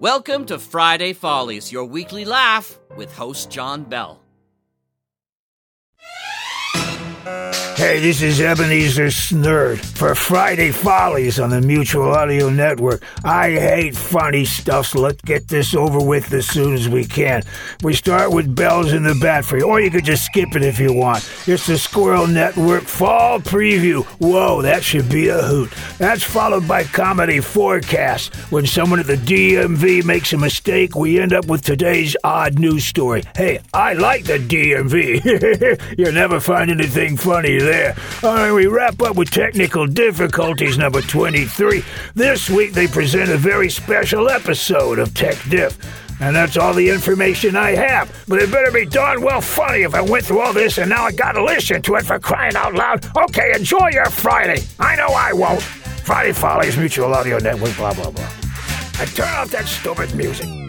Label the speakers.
Speaker 1: Welcome to Friday Follies, your weekly laugh with host John Bell.
Speaker 2: Hey, this is Ebenezer Snurd for Friday Follies on the Mutual Audio Network. I hate funny stuff, so let's get this over with as soon as we can. We start with Bells in the Bat Free, or you could just skip it if you want. It's the Squirrel Network Fall Preview. Whoa, that should be a hoot. That's followed by Comedy Forecast. When someone at the DMV makes a mistake, we end up with today's odd news story. Hey, I like the DMV. You'll never find anything funny there. All right, we wrap up with technical difficulties number 23. This week they present a very special episode of Tech Diff. And that's all the information I have. But it better be darn well funny if I went through all this and now I gotta listen to it for crying out loud. Okay, enjoy your Friday. I know I won't. Friday Follies Mutual Audio Network, blah, blah, blah. And turn off that stupid music.